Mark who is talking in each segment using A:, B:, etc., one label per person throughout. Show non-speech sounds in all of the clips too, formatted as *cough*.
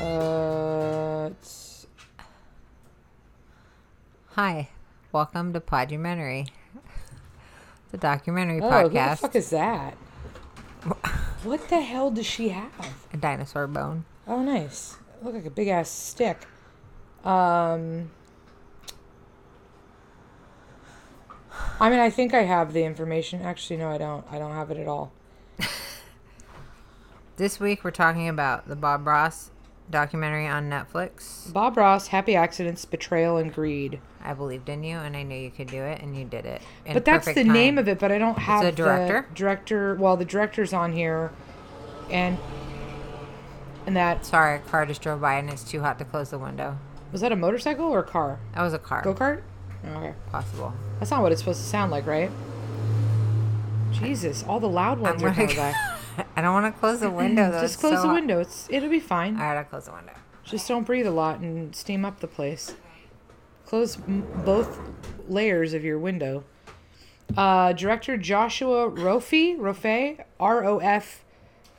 A: Uh,
B: Hi, welcome to Podumentary, the documentary
A: Oh, who the
B: podcast.
A: fuck is that? what the hell does she have?
B: a dinosaur bone.
A: Oh, nice. Look like a big ass stick. Um. I mean, I think I have the information. Actually, no, I don't. I don't have it at all.
B: This week we're talking about the Bob Ross documentary on Netflix.
A: Bob Ross, Happy Accidents, Betrayal, and Greed.
B: I believed in you, and I knew you could do it, and you did it. in
A: but that's the
B: perfect time.
A: name of it. But I don't have
B: a director?
A: The director. Well, the director's on here, and and that
B: Sorry, a car just drove by, and it's too hot to close the window.
A: was that a motorcycle or a car?
B: That was a car.
A: Go kart. Okay.
B: Possible.
A: That's not what it's supposed to sound like, right? Jesus, all the loud ones are
B: gonna-
A: coming back.
B: *laughs* I don't want to close the window though.
A: Just
B: it's
A: close
B: so
A: the
B: hot.
A: window. It's it'll be fine.
B: All right, I'll close the window.
A: Just don't breathe a lot and steam up the place. Close m- both layers of your window. Uh, director Joshua Rofe, Rofe, R O F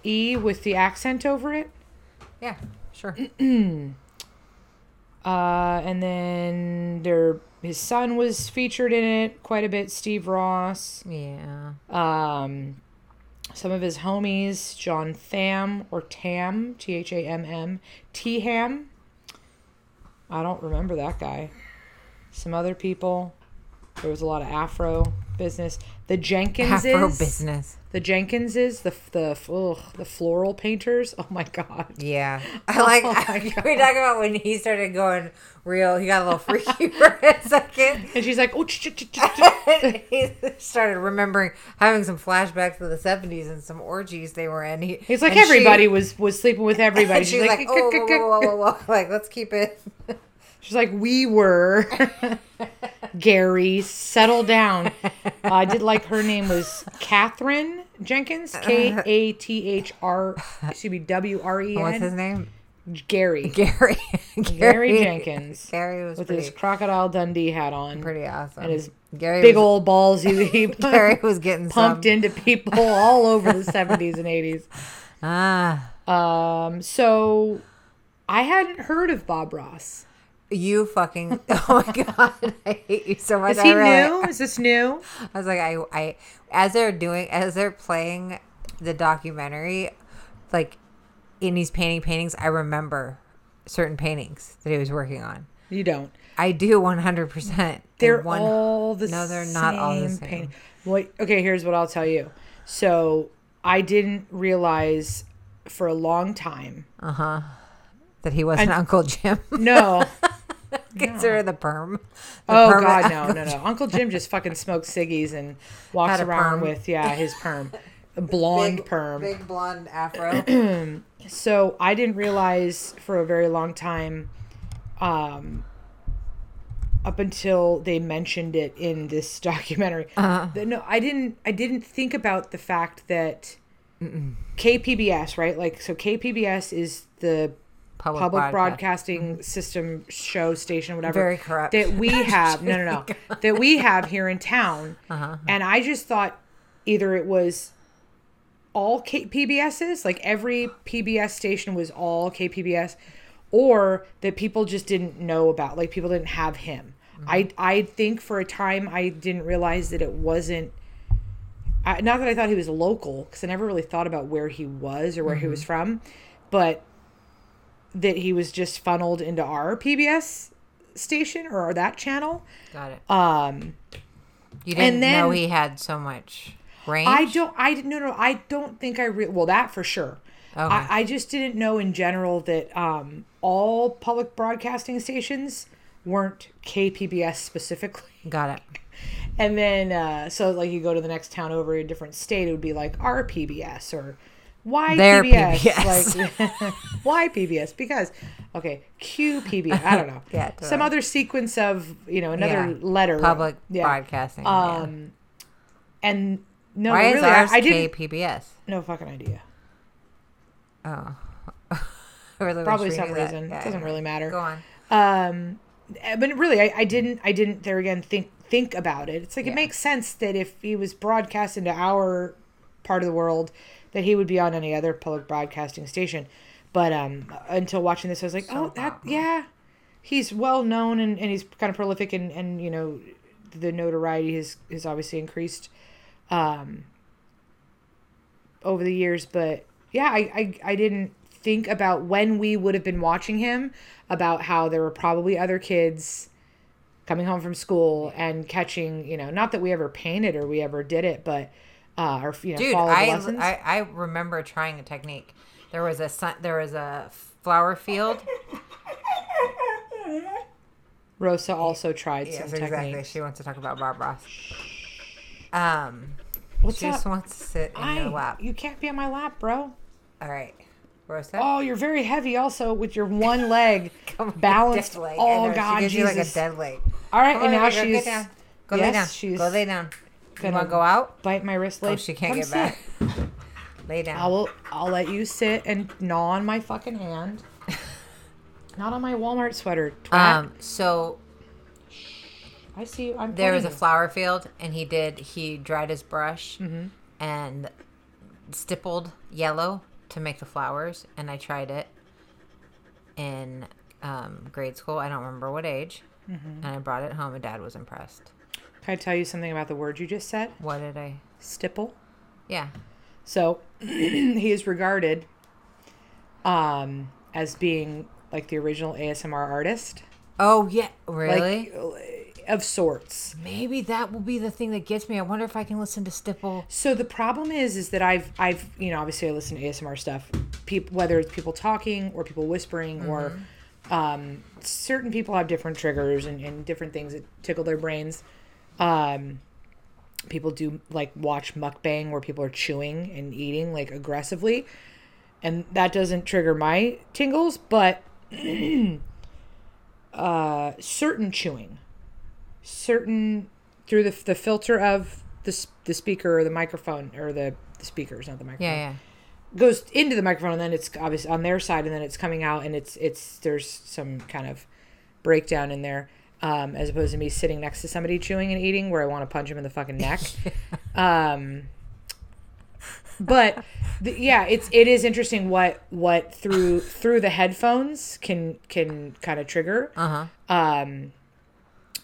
A: E, with the accent over it.
B: Yeah, sure.
A: Mm. Uh, and then there, his son was featured in it quite a bit. Steve Ross.
B: yeah.
A: um, some of his homies, John Tham or Tam, T H A M M, T Ham. I don't remember that guy. Some other people. There was a lot of Afro business. The Jenkinses.
B: Afro business.
A: The Jenkinses, the the ugh, the floral painters. Oh my god. *laughs*
B: Yeah. I *laughs* like
A: Oh my
B: we
A: God.
B: talking about when he started going real, he got a little freaky *laughs* for a second. *laughs*
A: And she's like, oh, ch- ch- ch- ch-
B: And he started remembering having some flashbacks to the seventies and some orgies they were in. He,
A: it's like
B: and she-
A: everybody was was sleeping with everybody.
B: *laughs* and
A: She's,
B: she's
A: like,
B: like, oh,
A: "Kuh, kuh,
B: whoa,
A: kuh."
B: whoa, whoa, whoa, whoa. *laughs* like let's keep it.
A: She's like, we
B: *laughs*
A: were. Gary, settle down. Uh, I did like her name was Catherine Jenkins,
B: Uh-huh.
A: K A T H R, excuse me, W R E
B: What's his
A: N.
B: name?
A: Gary,
B: Oh, *laughs* Gary. *laughs*
A: Gary Jenkins.
B: Gary was
A: with
B: pretty,
A: his crocodile Dundee hat on,
B: pretty awesome.
A: and his
B: Gary
A: big
B: was,
A: old balls he, he
B: *laughs* Gary was
A: *laughs*
B: getting
A: pumped
B: some.
A: into people all over the seventies and eighties.
B: Ah,
A: Um, so I hadn't heard of Bob Ross.
B: you fucking! *laughs* Oh my god, *laughs* I hate you so much.
A: Is he
B: I really-
A: new? Is this new?
B: I was like, I, I, as they're doing, as they're playing the documentary, like in these painting paintings, I remember certain paintings that he was working on.
A: You don't.
B: I do 100%.
A: They're
B: And one-
A: all the
B: No, they're
A: same
B: not all the same.
A: paint- What? Okay, here's what I'll tell you. So I didn't realize for a long time.
B: that he wasn't Uncle Jim. *laughs*
A: No.
B: Consider the perm. The
A: oh
B: perm- *laughs*
A: God, no, no, no. Uncle Jim just fucking smokes ciggies and walks
B: Had a
A: around
B: perm.
A: with yeah his perm, a blonde
B: *laughs* Big-
A: perm.
B: Big blonde
A: *clears throat*
B: afro.
A: So I didn't realize for a very long time, um, up until they mentioned it in this *laughs* documentary.
B: Uh-huh.
A: that- no, I didn't. I didn't think about the fact that KPBS, right? Like, so KPBS is the
B: Public,
A: public
B: broadcast. Mm-hmm.
A: broadcasting system show station whatever
B: Very corrupt.
A: that
B: *laughs*
A: we have no no no that we have here in town
B: Uh-huh,
A: and i just thought either it was all K- pbs's like every pbs station was all kpbs or that people just didn't know about like people didn't have him
B: Mm-hmm.
A: i i think for a time i didn't realize that it wasn't I, not that I thought he was local, because I never really thought about where he was or where he was
B: Mm-hmm.
A: from, but that he was just funneled into our PBS station or that channel.
B: Got it.
A: Um,
B: you didn't
A: then-
B: know he had so much range.
A: I don't. I didn't- no no. I don't think I re- well that for sure.
B: Okay.
A: I, I just didn't know in general that um, all public broadcasting stations weren't KPBS specifically. *laughs*
B: Got it.
A: And then, uh, so like you go to the next town over a different state, it would be like our PBS or why
B: Their
A: PBS, *laughs*
B: PBS.
A: like why PBS because okay Q PBS I don't know
B: *laughs* Yeah, totally.
A: some other sequence of you know another
B: Yeah.
A: letter
B: Public
A: yeah
B: broadcasting. yeah.
A: um and no
B: Why
A: really
B: is ours
A: I, I didn't
B: KPBS?
A: *laughs* no fucking idea
B: Or the
A: probably
B: Rich
A: some
B: Reader that-
A: reason
B: yeah,
A: it doesn't
B: yeah.
A: really matter
B: Go on.
A: um eh, but really I, I didn't i didn't there again think think about it it's like
B: Yeah.
A: it makes sense that if he was broadcast into our part of the world that he would be on any other public broadcasting station but um until watching this i was like oh that
B: hot, huh?
A: yeah he's well known and, and he's kind of prolific and, and you know the notoriety has has obviously increased um over the years but yeah I, I i didn't think about when we would have been watching him about how there were probably other kids coming home from school and catching you know not that we ever painted or we ever did it but uh or you know
B: Dude,
A: followed the
B: I,
A: lessons
B: I I remember trying a technique. There was a sun, there was a flower
A: *laughs*
B: field.
A: rosa also tried some
B: Yes,
A: techniques
B: exactly. She wants to talk about Bob Ross. Um,
A: what's
B: she just
A: up
B: wants to sit in
A: I,
B: your lap.
A: you can't be on my lap bro
B: All right, Rosa. *laughs*
A: Oh, you're very heavy also with your one leg balanced.
B: Dead leg. I know,
A: Oh,
B: she
A: God,
B: gives you like a Oh,
A: Jesus.
B: dead leg.
A: All right,
B: Come
A: and
B: on,
A: now
B: girl, get
A: she's
B: down. Go lay
A: yes,
B: down.
A: she's
B: go lay down. You
A: gonna-
B: want to go out?
A: bite my wrist
B: Oh,
A: leg.
B: she can't
A: Come
B: get
A: sit.
B: back. *laughs* Lay
A: I
B: down.
A: will. I'll let you sit and gnaw on my fucking
B: *laughs*
A: hand. Not on my Walmart sweater. Twat.
B: Um, so
A: I see you. I'm
B: there was a
A: pointing.
B: flower field, and he did. He dried his brush and stippled yellow to make the flowers, and I tried it in um, grade school. I don't remember what age, and I brought it home, and Dad was impressed.
A: Can I tell you something about the word you just said?
B: What did I?
A: Stipple.
B: Yeah,
A: So *clears throat* he is regarded um, as being like the original ASMR artist,
B: Oh yeah, really?
A: like of sorts.
B: Maybe that will be the thing that gets me. I wonder if I can listen to Stipple.
A: So the problem is, is that I've, I've, you know, obviously I listen to ASMR stuff, peop whether it's people talking or people whispering or um, certain people have different triggers and, and different things that tickle their brains. Um, people do like watch mukbang where people are chewing and eating like aggressively, and that doesn't trigger my tingles, but *clears throat* uh, certain chewing, certain through the, the filter of the, s- the speaker or the microphone or the, the speakers, not the microphone
B: Yeah, yeah.
A: goes into the microphone and then it's obviously on their side and then it's coming out and it's it's there's some kind of breakdown in there um, as opposed to me sitting next to somebody chewing and eating where I want to punch him in the fucking neck. um, but the, yeah, it's it is interesting what what through through the headphones can can kind of trigger.
B: Uh
A: Um,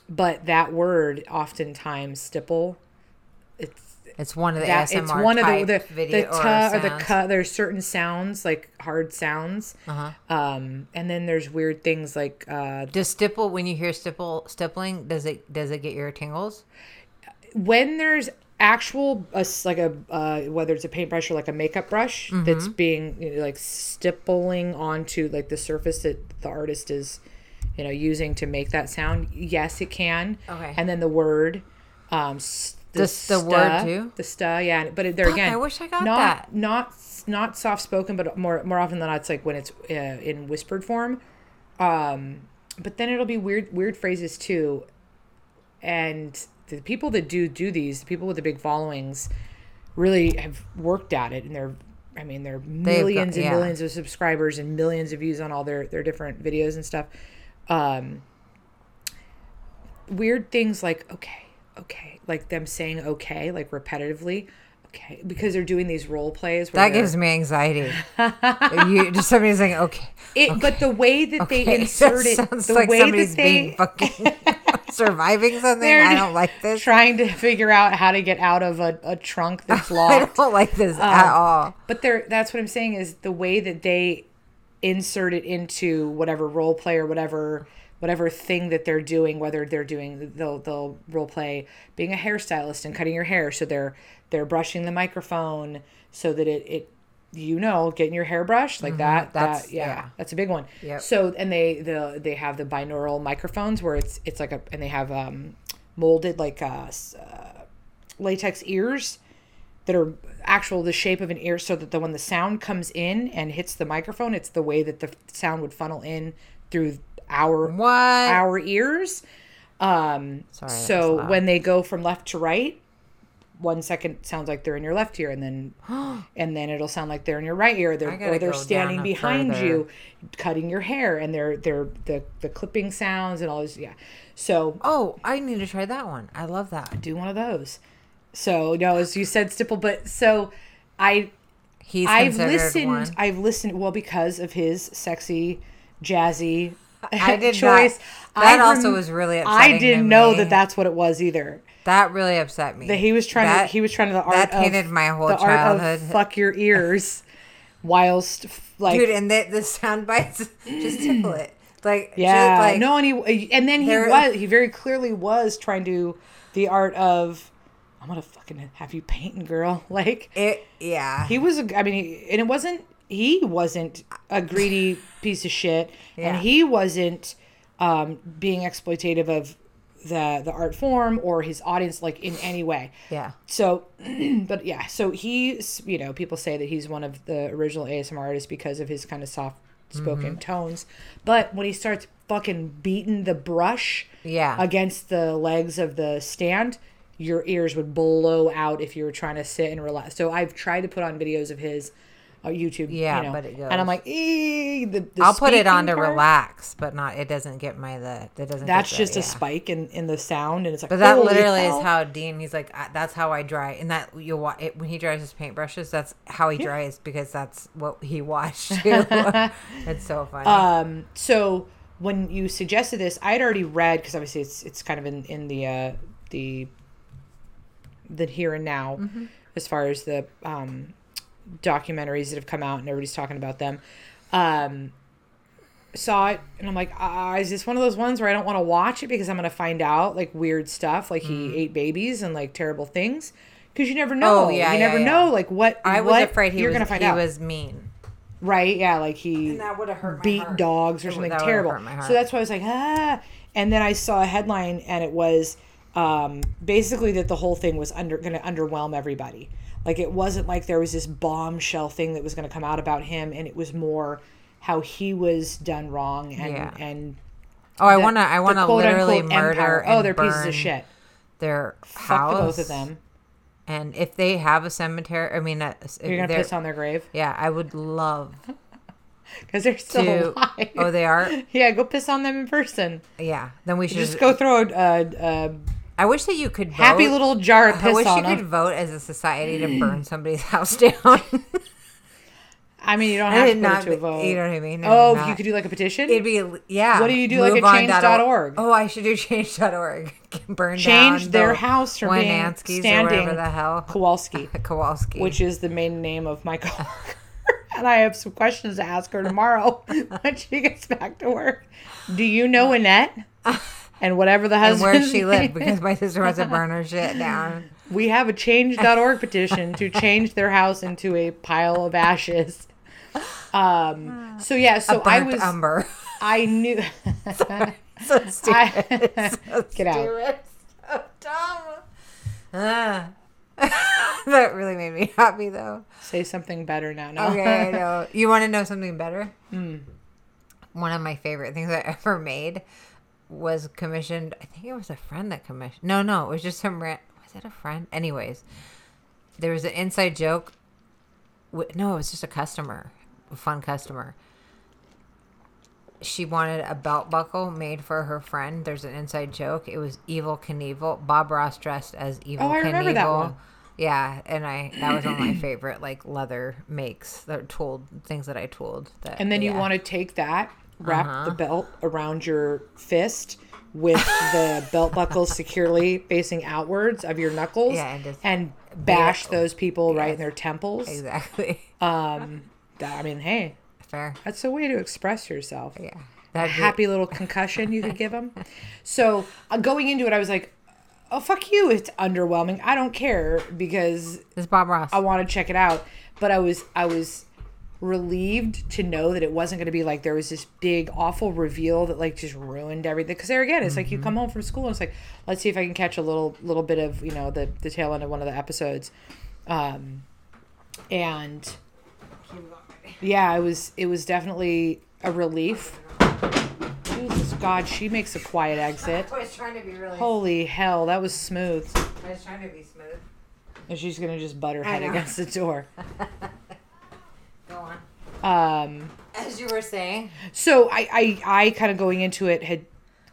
A: but that word oftentimes stipple. It's
B: huh. It's one of the
A: that
B: ASMR
A: it's one of the
B: type
A: the,
B: video
A: the ta or, the
B: sounds.
A: cu. There's certain sounds like hard sounds,
B: Uh-huh.
A: um, and then there's weird things like uh,
B: Does Stipple when you hear Stipple stippling does it does it get your tingles?
A: when there's actual uh, s- like a uh, whether it's a paintbrush or like a makeup brush
B: Mm-hmm.
A: that's being you know, like stippling onto like the surface that the artist is you know using to make that sound. Yes, it can.
B: Okay.
A: and then the word. Um, s- the,
B: Does the word
A: sta-
B: too?
A: the sta yeah but it- there
B: Fuck,
A: again
B: I wish I got
A: not
B: that.
A: not not soft spoken, but more more often than not, it's like when it's uh, in whispered form. Um, but then it'll be weird weird phrases too, and the people that do do these, the people with the big followings, really have worked at it, and they're I mean they're
B: got-
A: millions and
B: yeah.
A: millions of subscribers and millions of views on all their their different videos and stuff. Um, weird things like okay okay like them saying okay like repetitively okay because they're doing these role plays where
B: That
A: they're-
B: gives me
A: *laughs*
B: anxiety. you just somebody's like, okay,
A: it but the way that they
B: okay.
A: insert
B: *laughs* that
A: it
B: sounds
A: the
B: like
A: way
B: somebody's
A: that they
B: being fucking
A: *laughs*
B: *laughs* surviving something.
A: They're
B: I don't like
A: *laughs*
B: this.
A: trying to figure out how to get out of a, a trunk that's
B: *laughs* I
A: locked
B: don't like
A: Uh,
B: this at all.
A: but they're that's what i'm saying is the way that they insert it into whatever role play or whatever whatever thing that they're doing whether they're doing they'll they'll role play being a hairstylist and cutting your hair so they're they're brushing the microphone so that it it you know getting your hair brushed like that
B: Mm-hmm. that's-
A: that yeah,
B: yeah.
A: that's a big one
B: Yep.
A: so and they the they have the binaural microphones where it's it's like a and they have um molded like uh, s- uh latex ears that are actual the shape of an ear so that the when the sound comes in and hits the microphone it's the way that the sound would funnel in through our
B: What?
A: our ears um
B: Sorry, that was
A: so
B: loud.
A: when they go from left to right one second sounds like they're in your left ear and then
B: *gasps*
A: and then it'll sound like they're in your right ear they're,
B: gotta
A: or they're
B: go down
A: standing
B: a
A: behind
B: further-
A: you cutting your hair and they're they're the the clipping sounds and all this yeah so
B: Oh, I need to try that one. I love that.
A: do one of those so no as you said stipple but so i
B: He's
A: I've
B: considered
A: listened.
B: One.
A: I've listened well because of his sexy, jazzy
B: I
A: *laughs*
B: did
A: choice.
B: Not.
A: I
B: That also
A: rem-
B: was really upsetting.
A: I didn't know
B: me.
A: that that's what it was either.
B: That really upset me.
A: That he was trying to
B: That-
A: he was trying to the art
B: that
A: of-
B: painted my whole
A: the art
B: childhood.
A: of fuck your ears, whilst f- like
B: dude, and the, the sound bites *laughs* just tickle it. Like just,
A: yeah
B: like,
A: no and he uh, and then he
B: there-
A: was he very clearly was trying to the art of I'm gonna fucking have you painting girl *laughs* like
B: it. Yeah,
A: he was a- I mean he, and it wasn't he wasn't a greedy piece of shit
B: Yeah.
A: and he wasn't um being exploitative of the the art form or his audience like in any way
B: yeah.
A: so *clears throat* but yeah so he's you know people say that he's one of the original asmr artists because of his kind of soft spoken
B: Mm-hmm.
A: tones but when he starts fucking beating the brush
B: Yeah.
A: against the legs of the stand your ears would blow out if you were trying to sit and relax so i've tried to put on videos of his uh, youtube you
B: Yeah,
A: know,
B: but
A: and
B: it goes.
A: i'm like "Ee," the, the
B: I'll put it on to
A: speaking part,
B: relax, but not. It doesn't get my the. That doesn't.
A: that's
B: get the-
A: just a
B: yeah.
A: spike in in the sound and it's like
B: But that
A: "Holy
B: literally
A: hell."
B: is how Dean. He's like, I, that's how I dry, and that you'll watch it when he dries his paintbrushes. That's how he dries because that's what he *laughs* watched.
A: *laughs*
B: Too.
A: Uh,
B: it's so funny.
A: um so when you suggested this i had already read because obviously it's it's kind of in in the uh the the here and now
B: Mm-hmm.
A: as far as the um documentaries that have come out and everybody's talking about them um saw it and i'm like uh, is this one of those ones where i don't want to watch it because i'm gonna find out like weird stuff like he ate babies and like terrible things because you never know
B: Mm. Oh, yeah,
A: you
B: yeah,
A: never
B: yeah.
A: know like what
B: I was
A: what
B: afraid he
A: you're
B: was.
A: gonna find
B: he
A: out
B: was mean.
A: right yeah like he
B: would have hurt.
A: beat dogs or
B: That would-
A: something
B: that would
A: terrible.
B: hurt my heart.
A: So that's why I was like, ah. And then I saw a headline, and it was um, basically that the whole thing was under going to underwhelm everybody. Like it wasn't like there was this bombshell thing that was going to come out about him, and it was more how he was done wrong and
B: Yeah.
A: and
B: Oh, I wanna. I wanna
A: the quote,
B: literally
A: unquote
B: murder.
A: empire.
B: And
A: oh, they're
B: burn
A: pieces of shit.
B: Their
A: Fuck
B: house.
A: the both of them.
B: And if they have a cemetery, I mean, a, if
A: You're gonna
B: they're-
A: piss on their grave
B: Yeah, I would love
A: because they're still
B: to.
A: *laughs* alive.
B: oh, they are.
A: yeah, go piss on them in person.
B: Yeah. Then we should.
A: Just go throw a, a, a
B: I wish that you could.
A: happy
B: vote.
A: little jar of
B: I
A: piss
B: wish you
A: on them.
B: could vote as a society to
A: *clears throat*
B: burn somebody's house *laughs* down.
A: I mean, you don't have to
B: and
A: put
B: not,
A: it to a vote.
B: you know what I mean? And
A: oh,
B: not-
A: you could do like a petition.
B: It'd be yeah.
A: What do you do, like, at
B: MoveOn.org.
A: change.org?
B: Oh, I should do *laughs* change.org. Burn
A: Change
B: down
A: their
B: the
A: house from being
B: Winanskis or
A: standing
B: whatever the hell *laughs*
A: Kowalski,
B: Kowalski.
A: which is the main name of my coworker. *laughs* and I have some questions to ask her tomorrow *laughs* when she gets back to work. Do you know
B: *laughs*
A: Annette? And whatever the
B: Uh, and
A: husband
B: where she lived because my sister wants
A: *laughs*
B: to burn her shit down.
A: we have a
B: *laughs*
A: change.org petition to change their house into a pile of ashes.
B: *laughs*
A: Um, so yeah, so I
B: Burnt
A: was, *laughs*
B: umber. *laughs*
A: I knew,
B: so stupid.
A: *laughs* I,
B: So
A: Get out.
B: stupid. So dumb. Ah. *laughs* that really made me happy though.
A: say
B: *laughs*
A: something better now. No. *laughs*
B: Okay, I know. You want to know something better?
A: Hmm.
B: One of my favorite things I *laughs* ever made was commissioned. I think it was a friend that commissioned. No, no, it was just some rant. Was it a friend? Anyways, there was an inside joke. wi- No, it was just a customer, a fun customer. She wanted a belt buckle made for her friend. There's an inside joke. It was Evil Knievel. Bob Ross dressed as Evil
A: Oh, I
B: Knievel.
A: remember that one.
B: Yeah, and I that
A: *clears throat*
B: was one of my favorite like leather makes that tooled things that I tooled. That
A: And then you
B: yeah. Uh-huh.
A: want to take that, wrap the belt around your fist with
B: *laughs*
A: the belt buckle securely facing outwards of your knuckles
B: Yeah, and just-
A: and bash those people right in their temples.
B: *laughs* exactly
A: Uh, That- I mean, hey,
B: fair.
A: that's a way to express yourself.
B: Yeah, that
A: Happy
B: *laughs*
A: little concussion you could give them. So uh, going into it, I was like, oh, fuck you. It's underwhelming. I don't care because
B: is Bob Ross.
A: I want to check it out. But I was I was relieved to know that it wasn't going to be like there was this big awful reveal that like just ruined everything. Because there again, it's like you come home from school and it's like let's see if I can catch a little little bit of you know the the tail end of one of the episodes, um, and yeah, it was it was definitely a relief. Jesus God, she makes a quiet exit.
B: I was trying to be really.
A: Holy hell, that was smooth.
B: I was trying to be smooth.
A: And she's gonna just butt her head
B: know.
A: against the door.
B: Go on.
A: Um,
B: As you were saying,
A: So I, I, I kind of going into it had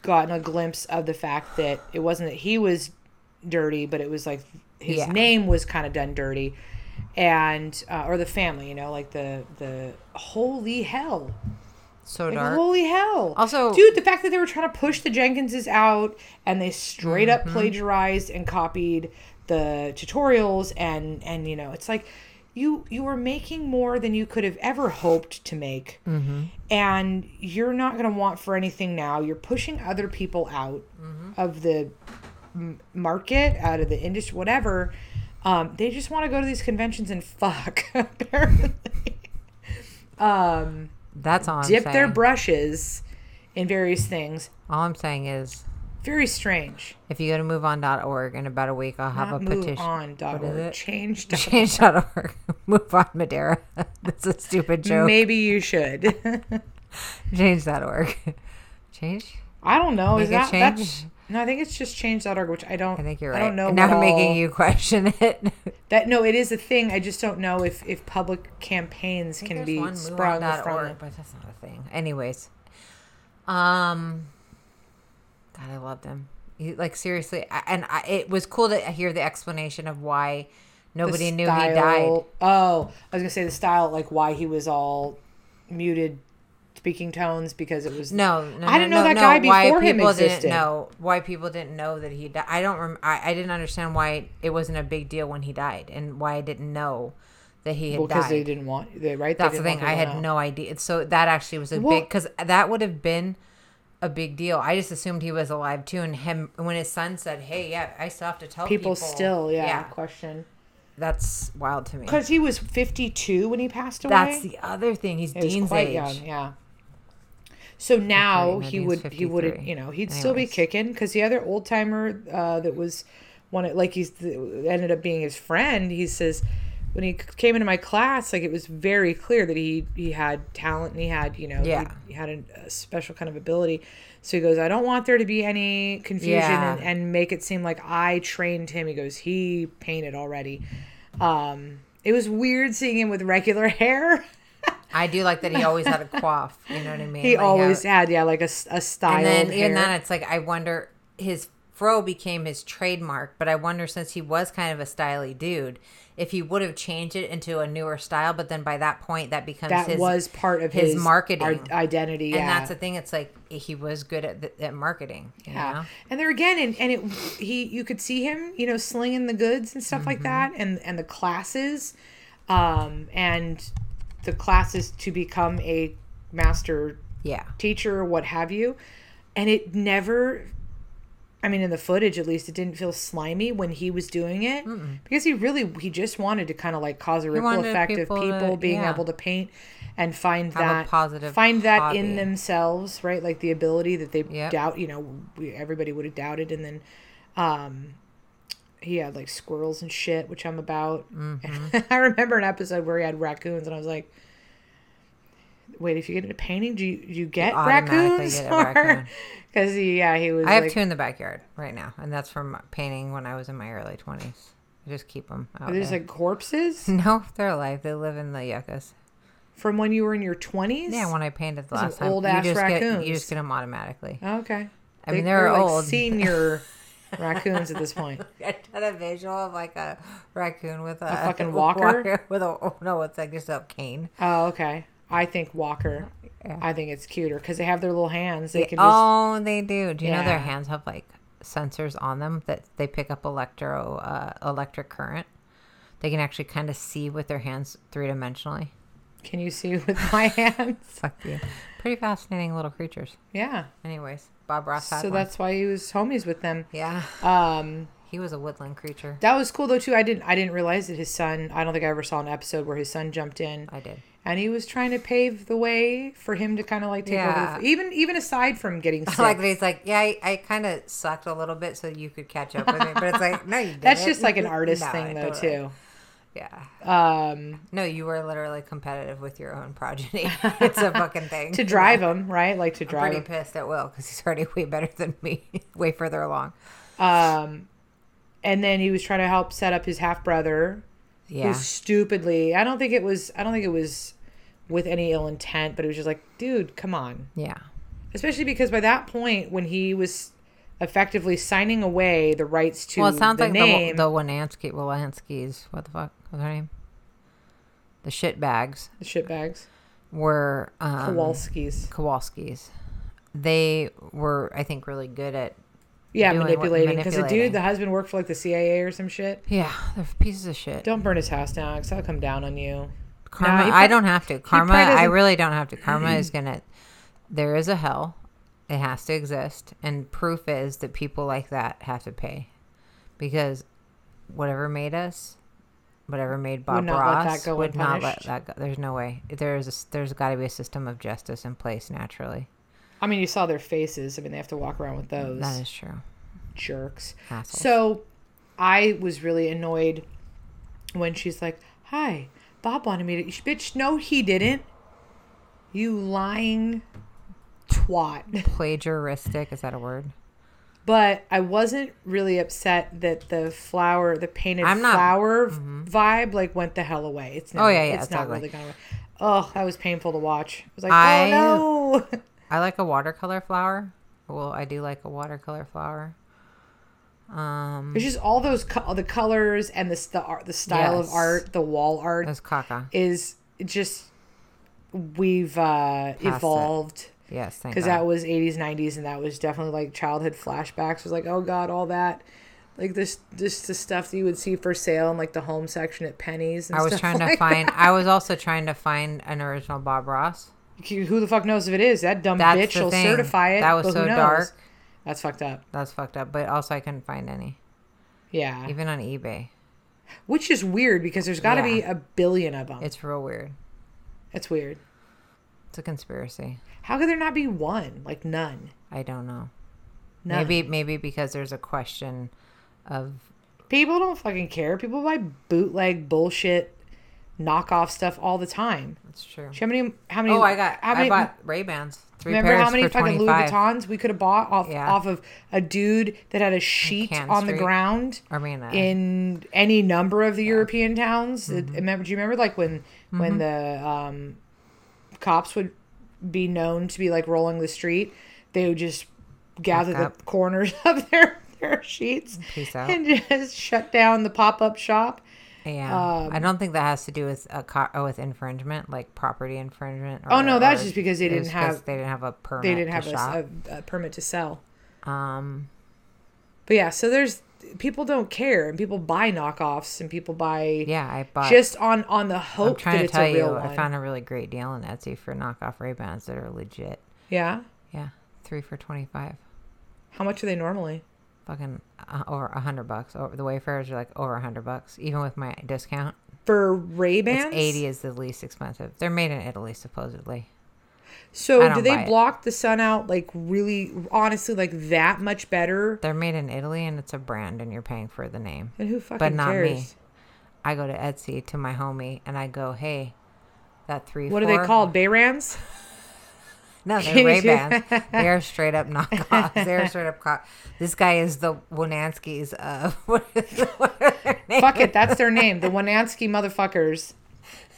A: gotten a glimpse of the fact that it wasn't that he was dirty, but it was like his
B: Yeah.
A: name was kind of done dirty, and uh, or the family, you know, like the the holy hell,
B: So
A: Like,
B: dark.
A: holy hell.
B: Also-
A: dude, the fact that they were trying to push the Jenkinses out and they straight up
B: Mm-hmm.
A: plagiarized and copied the tutorials and and you know, it's like you you are making more than you could have ever hoped to make.
B: Mm-hmm.
A: And you're not going to want for anything now. You're pushing other people out
B: Mm-hmm.
A: of the m- market, out of the industry, whatever. Um, they just want to go to these conventions and *laughs* fuck, apparently
B: That's all I'm
A: dip
B: saying.
A: their brushes in various things.
B: all I'm saying is
A: Very strange.
B: if you go to moveon.org in about a week, I'll have
A: Not
B: a
A: move
B: *laughs* petition.
A: on. Dot
B: What is
A: org.
B: it? *laughs*
A: Change. Dot
B: Change.org. *laughs* Move on, Madeira. *laughs* That's a stupid joke.
A: Maybe you should. *laughs*
B: Change.org. *laughs* Change?
A: I don't know. Is
B: Make
A: that
B: a
A: that's,
B: change?
A: no? I think it's just change.org, which I don't.
B: I think you're right.
A: I don't know.
B: And now
A: what
B: I'm making
A: all-
B: you *laughs* question it.
A: that. No, it is a thing. I just don't know if if public campaigns can be sprung from.
B: moveon.org, but that's not a thing. Anyways. Um God, I love them. You, like seriously, I, and I, it was cool to hear the explanation of why
A: the
B: nobody knew he died.
A: style- Oh, I was gonna say the style, like why he was all muted speaking tones because it was
B: No, no,
A: I didn't
B: no,
A: know
B: no,
A: that
B: no,
A: guy
B: why
A: before him
B: people
A: existed.
B: Didn't know why people didn't know that he died. I don't. Rem- I, I didn't understand why it wasn't a big deal when he died, and why I didn't know that he had
A: because
B: died.
A: they didn't want they right. They
B: That's the
A: didn't
B: thing.
A: want
B: I
A: people to
B: had
A: know.
B: no idea. So that actually was a
A: Well-
B: big because that would have been a big deal. I just assumed he was alive too, and him when his son said, "Hey, yeah, I still have to tell
A: people
B: people."
A: still yeah, question
B: that's wild to me.
A: because he was 52 when he passed away
B: That's the other thing. He's
A: He was
B: Dean's
A: quite
B: age.
A: young yeah so now
B: my
A: he
B: Dean's
A: would he would
B: 53.
A: you know he'd still be
B: Anyways.
A: kicking because the other old timer uh, that was one of- like he's the, ended up being his friend he says when he c- came into my class like it was very clear that he he had talent and he had you know he-
B: Yeah.
A: he, had an- a special kind of ability so he goes i don't want there to be any confusion
B: Yeah.
A: and, and make it seem like i trained him he goes he painted already um it was weird seeing him with regular *laughs* hair
B: I do like that he always had
A: *laughs*
B: a quaff. You know what I mean?
A: he
B: Like,
A: always
B: uh,
A: had yeah like a, s- a style
B: and then
A: hair.
B: even then it's like I wonder his fro became his trademark, but I wonder since he was kind of a styly dude if he would have changed it into a newer style. But then by that point, that becomes
A: that
B: his,
A: was part of his,
B: his marketing.
A: ar- identity yeah
B: and that's the thing. It's like he was good at, th- at marketing. You
A: yeah.
B: know?
A: and there again and, and it he you could see him you know slinging the goods and stuff
B: Mm-hmm.
A: like that and and the classes um and the classes to become a master
B: yeah,
A: teacher or what have you and it never i mean in the footage at least it didn't feel slimy when he was doing it because he really he just wanted to kind of like cause a ripple
B: wanted
A: effect
B: people
A: of
B: to-
A: people being
B: yeah.
A: able to paint and find
B: a
A: that
B: positive
A: find that in
B: hobby.
A: themselves right like the ability that they
B: Yep.
A: doubt you know we, everybody would have doubted and then um he had like squirrels and shit which i'm about
B: Mm-hmm.
A: *laughs* i remember an episode where he had raccoons and i was like wait, if you get into painting, do you, do you get
B: automatically
A: raccoons? *laughs*
B: get a raccoon.
A: Because he, yeah, he was
B: I have
A: like,
B: two in the backyard right now, and that's from painting when I was in my early twenties. I just keep them out.
A: there's
B: there.
A: like corpses
B: *laughs* no, they're alive. They live in the yuccas.
A: from when you were in your 20s?
B: Yeah, when I painted the
A: Some
B: last time,
A: old-ass
B: you just get you
A: raccoons.
B: just get them automatically.
A: Oh, Okay.
B: I mean, they're
A: were, like,
B: old.
A: senior
B: *laughs*
A: raccoons at this point.
B: I had a visual of like a raccoon with a, *laughs*
A: fucking walker?
B: with a *laughs* oh, no, it's like just a cane.
A: Oh, okay. I think Walker. I think it's cuter because they have their little hands. They can just.
B: Oh, they do. Do you know
A: Yeah.
B: their hands have like sensors on them that they pick up electro uh, electric current? They can actually kind of see with their hands three dimensionally.
A: Can you see with my *laughs* hands?
B: Fuck you. Pretty fascinating little creatures.
A: Yeah.
B: Anyways, Bob Ross had
A: So
B: one.
A: that's why he was homies with them.
B: yeah.
A: Um,
B: He was a woodland creature.
A: that was cool though too. I didn't. I didn't realize that his son. I don't think I ever saw an episode where his son jumped in.
B: I
A: *laughs*
B: did.
A: and he was trying to pave the way for him to kind of like take
B: Yeah.
A: over. The, even even aside from getting sick,
B: *laughs* Like he's like, yeah, I, I kind of sucked a little bit so you could catch up with me, but it's like, no, you
A: *laughs*
B: didn't.
A: that's just
B: *laughs*
A: like an artist
B: No,
A: thing though
B: totally-
A: too.
B: Yeah.
A: Um,
B: No, you were literally competitive with your own progeny.
A: *laughs*
B: it's a fucking thing.
A: to drive
B: *laughs*
A: him right, like to drive.
B: Pretty
A: 'em.
B: pissed at Will because he's already way better than me, *laughs* way further along.
A: Um, and then he was trying to help set up his half brother, who
B: Yeah.
A: stupidly. I don't think it was. I don't think it was with any ill intent, but it was just like, dude, come on.
B: Yeah.
A: Especially because by that point, when he was effectively signing away the rights to
B: Well, it sounds
A: the
B: like
A: name,
B: the the Walansky, Walansky's what the fuck was her name? The shitbags.
A: the shitbags.
B: were um,
A: Kowalski's.
B: Kowalski's. They were, I think, really good at.
A: Yeah,
B: doing what-
A: manipulating. Because the
B: manipulating.
A: dude, the husband worked for like the CIA or some shit.
B: Yeah, they're pieces of shit.
A: Don't burn his house down, because I'll come down on you.
B: Karma,
A: he
B: I
A: prob-
B: don't have to. Karma, I
A: doesn't-
B: really don't have to. Karma
A: *clears throat*
B: is gonna. There is a hell. It has to exist, and proof is that people like that have to pay, because whatever made us, whatever made Bob
A: not let
B: Ross,
A: that go
B: would not let
A: unpunished.
B: that go. There's no way. There's a s there's got to be a system of justice in place naturally.
A: I mean, you saw their faces. I mean, they have to walk around with those.
B: That is true.
A: jerks.
B: Assholes.
A: So I was really annoyed when she's like, Hi, Bob wanted me to. Bitch, no, he didn't. You lying twat.
B: Plagiaristic is that a word?
A: But I wasn't really upset that the flower, the painted
B: I'm not- Mm-hmm. Oh,
A: flower vibe, like went the hell away. It's never,
B: yeah, yeah,
A: it's not
B: totally.
A: really gonna. Oh, that was painful to watch. I was like,
B: I-
A: oh no.
B: I like a watercolor flower. Well, I do like a watercolor flower. Um,
A: It's just all those co- all the colors and the st- the art, the style
B: Yes.
A: of art, the wall art.
B: that's caca.
A: is just we've uh
B: it.
A: evolved
B: Yes, thank
A: because
B: God.
A: that was 80s 90s and that was definitely like childhood flashbacks was like oh god all that like this this the stuff that you would see for sale in like the home section at pennies and
B: I was
A: stuff
B: trying to
A: like
B: find. I was also trying to find an original Bob Ross.
A: *laughs* who the fuck knows if it is that dumb
B: That's
A: bitch
B: the
A: will
B: thing.
A: certify it
B: That was
A: but who
B: so
A: knows?
B: dark.
A: that's fucked up
B: That's fucked up. But also, I couldn't find any,
A: yeah
B: even on eBay.
A: which is weird because there's got to be
B: Yeah.
A: a billion of them it's,
B: It's real weird.
A: weird
B: It's a conspiracy.
A: how could there not be one like none
B: I don't know.
A: None.
B: Maybe, maybe because there's a question of
A: People don't fucking care. People buy bootleg bullshit knockoff stuff all the time.
B: it's true.
A: Do you know How many? How many?
B: Oh, I got.
A: How many,
B: I bought Ray Bans. Three
A: remember
B: pairs
A: how many
B: for
A: fucking
B: twenty
A: Louis
B: five.
A: Vuittons we could have bought off
B: Yeah.
A: off of a dude that had a sheet
B: Canton
A: on the
B: Street.
A: ground
B: I mean, uh,
A: in any number of the European towns. It-
B: Mm-hmm.
A: Remember? Do you remember like when when the um, cops would be known to be like rolling the street? They would just gather the
B: up.
A: corners *laughs* of their their sheets
B: Peace out.
A: and just shut down the pop up shop.
B: yeah.
A: um,
B: I don't think that has to do with a co- oh, with infringement, like property infringement. Or,
A: Oh, no, that's
B: or-
A: just because they
B: it was
A: didn't
B: 'cause
A: have-
B: They didn't have a permit.
A: They didn't have
B: to
A: a,
B: shop.
A: s- a- a permit to sell.
B: um.
A: But yeah, so there's people don't care and people buy knockoffs and people buy
B: Yeah, I bought.
A: just on on the
B: I'm
A: hope
B: trying
A: that
B: to
A: it's
B: tell
A: a
B: you,
A: real one.
B: I found a really great deal on Etsy for knockoff Ray Bans that are legit.
A: yeah.
B: Yeah, three for twenty five.
A: How much are they normally?
B: Fucking uh, over a hundred bucks. Over the Wayfarers are like over a hundred bucks, even with my discount.
A: For Ray
B: It's
A: Bans?
B: eighty is the least expensive. They're made in Italy, supposedly. I
A: So do
B: don't buy
A: they
B: it.
A: block the sun out like really honestly like that much better?
B: They're made in Italy, and it's a brand, and you're paying for the name.
A: And who fucking
B: But not
A: cares?
B: me. I go to Etsy to my homie, and I go, "Hey, that three
A: What are they
B: for-
A: called?
B: *laughs*
A: Bayrams? *laughs*
B: No,
A: Can
B: they're
A: you
B: Ray
A: do
B: Bans. They are straight up knockoffs. They're straight up. Co- this guy is the Wonansky's of *laughs* what is what are their names?
A: Fuck it, that's their name. The Winansky motherfuckers.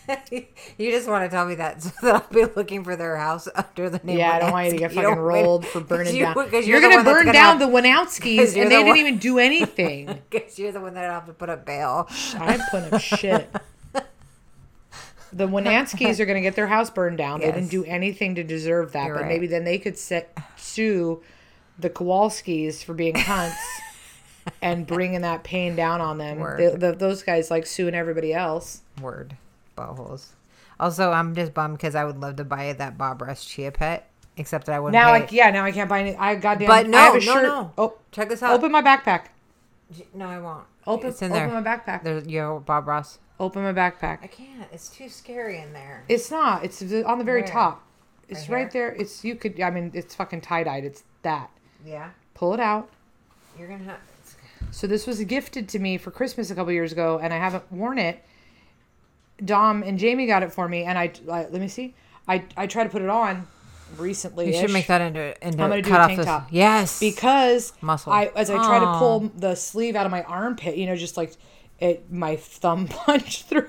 B: *laughs* you just want to tell me that *laughs* so that I'll be looking for their house under the name.
A: Yeah, I don't want you to get fucking
B: Winansky. *laughs* You don't win-
A: rolled for burning
B: you-
A: down.
B: 'cause
A: You're,
B: the
A: gonna
B: one that's
A: burn down
B: have-
A: the
B: *laughs*
A: Winowskis,
B: you're
A: and
B: the
A: they
B: one-
A: didn't even do
B: *laughs*
A: anything.
B: 'cause you're the one that I have to put up bail.
A: I'm putting up
B: *laughs*
A: shit. The Winanskis are going to get their house burned down. They
B: Yes.
A: didn't do anything to deserve that,
B: You're
A: but
B: right.
A: maybe then they could set, sue the Kowalskis for being
B: *laughs*
A: cunts and bringing that pain down on them.
B: Word.
A: They, the, those guys like suing everybody else.
B: Word, buttholes. Also, I'm just bummed because I would love to buy that Bob Ross chia pet, except that I wouldn't.
A: Now,
B: pay.
A: like, yeah, now I can't buy any. I goddamn.
B: But no,
A: I have a
B: no,
A: shirt.
B: no.
A: Oh,
B: Check this out.
A: open my backpack.
B: No, I won't.
A: Open,
B: It's in
A: open
B: there.
A: my backpack.
B: There's you have Bob Ross.
A: Open my backpack.
B: I can't. It's too scary in there.
A: It's not. It's the- on the very
B: Where?
A: top. It's
B: here?
A: right there. It's you could. I mean, it's fucking tie dyed. It's that.
B: Yeah,
A: Pull it out.
B: you're gonna have.
A: So this was gifted to me for Christmas a couple years ago, and I haven't worn it. Dom and Jamie got it for me, and I, I let me see. I I tried to put it on recently.
B: You should make that into into
A: I'm gonna do
B: cut
A: a
B: off
A: tank
B: this.
A: top.
B: Yes,
A: because
B: Muscle.
A: I as I try
B: Aw.
A: to pull the sleeve out of my armpit, you know, just like it, my thumb *laughs* punched through,